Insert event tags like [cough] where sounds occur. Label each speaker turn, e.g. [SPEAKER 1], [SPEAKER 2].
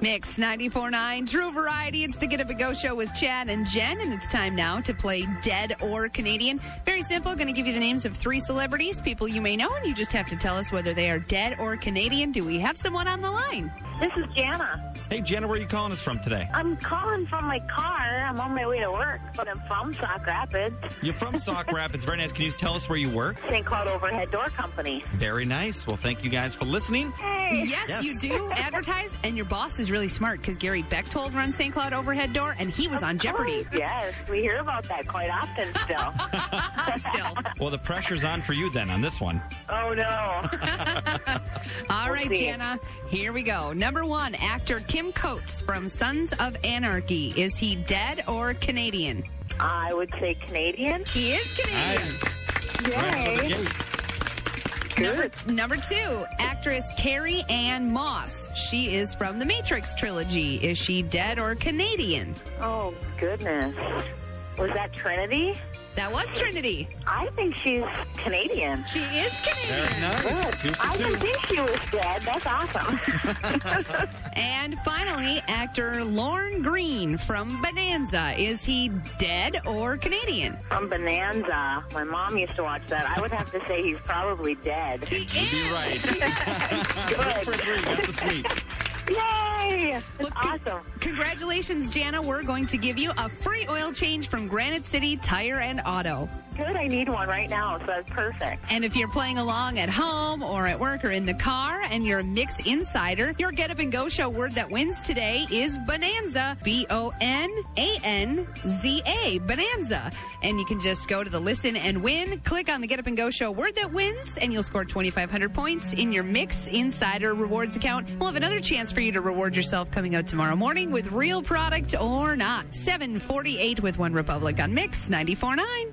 [SPEAKER 1] Mix 94.9, True Variety. It's the Get Up and Go show with Chad and Jen, and it's time now to play Dead or Canadian. Very simple. Going to give you the names of three celebrities, people you may know, and you just have to tell us whether they are dead or Canadian. Do we have someone on the line?
[SPEAKER 2] This is Jana.
[SPEAKER 3] Hey, Jenna, where are you calling us from today?
[SPEAKER 2] I'm calling from my car. I'm on my way to work, but I'm from Sauk Rapids,
[SPEAKER 3] You're from Sauk
[SPEAKER 2] [laughs]
[SPEAKER 3] Rapids. Very nice. Can you tell us where you work?
[SPEAKER 2] St. Cloud Overhead Door Company.
[SPEAKER 3] Very nice. Well, thank you guys for listening.
[SPEAKER 2] Hey.
[SPEAKER 1] Yes,
[SPEAKER 3] Yes.
[SPEAKER 1] you do advertise, and your boss is really smart because Gary Bechtold runs St. Cloud Overhead Door, and he was on Jeopardy
[SPEAKER 2] Yes, we hear about that quite often
[SPEAKER 3] [laughs]
[SPEAKER 2] still.
[SPEAKER 1] [laughs] still.
[SPEAKER 3] Well, the pressure's on for you then on this one.
[SPEAKER 2] oh, no.
[SPEAKER 1] All right,
[SPEAKER 2] Okay.
[SPEAKER 1] Jana, here we go. Number one, actor Kim Coates from Sons of Anarchy. Is he dead or Canadian?
[SPEAKER 2] I would say Canadian.
[SPEAKER 1] He is Canadian.
[SPEAKER 3] Nice. Right out of
[SPEAKER 2] Yay.
[SPEAKER 3] the gate.
[SPEAKER 1] Number,
[SPEAKER 2] Good.
[SPEAKER 1] number two, actress Carrie Ann Moss. She is from the Matrix trilogy. Is she dead or Canadian?
[SPEAKER 2] Oh, goodness. Was that Trinity?
[SPEAKER 1] That was Trinity.
[SPEAKER 2] I think she's Canadian.
[SPEAKER 1] She is Canadian.
[SPEAKER 3] Very nice. Two
[SPEAKER 2] I
[SPEAKER 3] for
[SPEAKER 2] didn't
[SPEAKER 3] two.
[SPEAKER 2] think she was dead. That's
[SPEAKER 3] [laughs]
[SPEAKER 2] awesome.
[SPEAKER 1] And finally, actor Lorne Green from Bonanza. Is he dead or Canadian?
[SPEAKER 2] From Bonanza. My mom used to watch that. I would have to say he's probably dead.
[SPEAKER 1] He is.
[SPEAKER 3] You're right. Three for three. Got the sweep.
[SPEAKER 2] Yay!
[SPEAKER 1] Well,
[SPEAKER 2] That's
[SPEAKER 1] con-
[SPEAKER 2] awesome.
[SPEAKER 1] Congratulations, Jana. We're going to give you a free oil change from Granite City Tire and Auto.
[SPEAKER 2] Good, I need one right now, so that's perfect.
[SPEAKER 1] And if you're playing along at home or at work or in the car and you're a Mix Insider, your Get Up and Go show word that wins today is Bonanza. B O N A N Z A. Bonanza. And you can just go to the listen and win, click on the Get Up and Go show word that wins, and you'll score 2,500 points in your Mix Insider rewards account. We'll have another chance for you to reward yourself coming out tomorrow morning with real product or not. 748 with One Republic on Mix 94.9.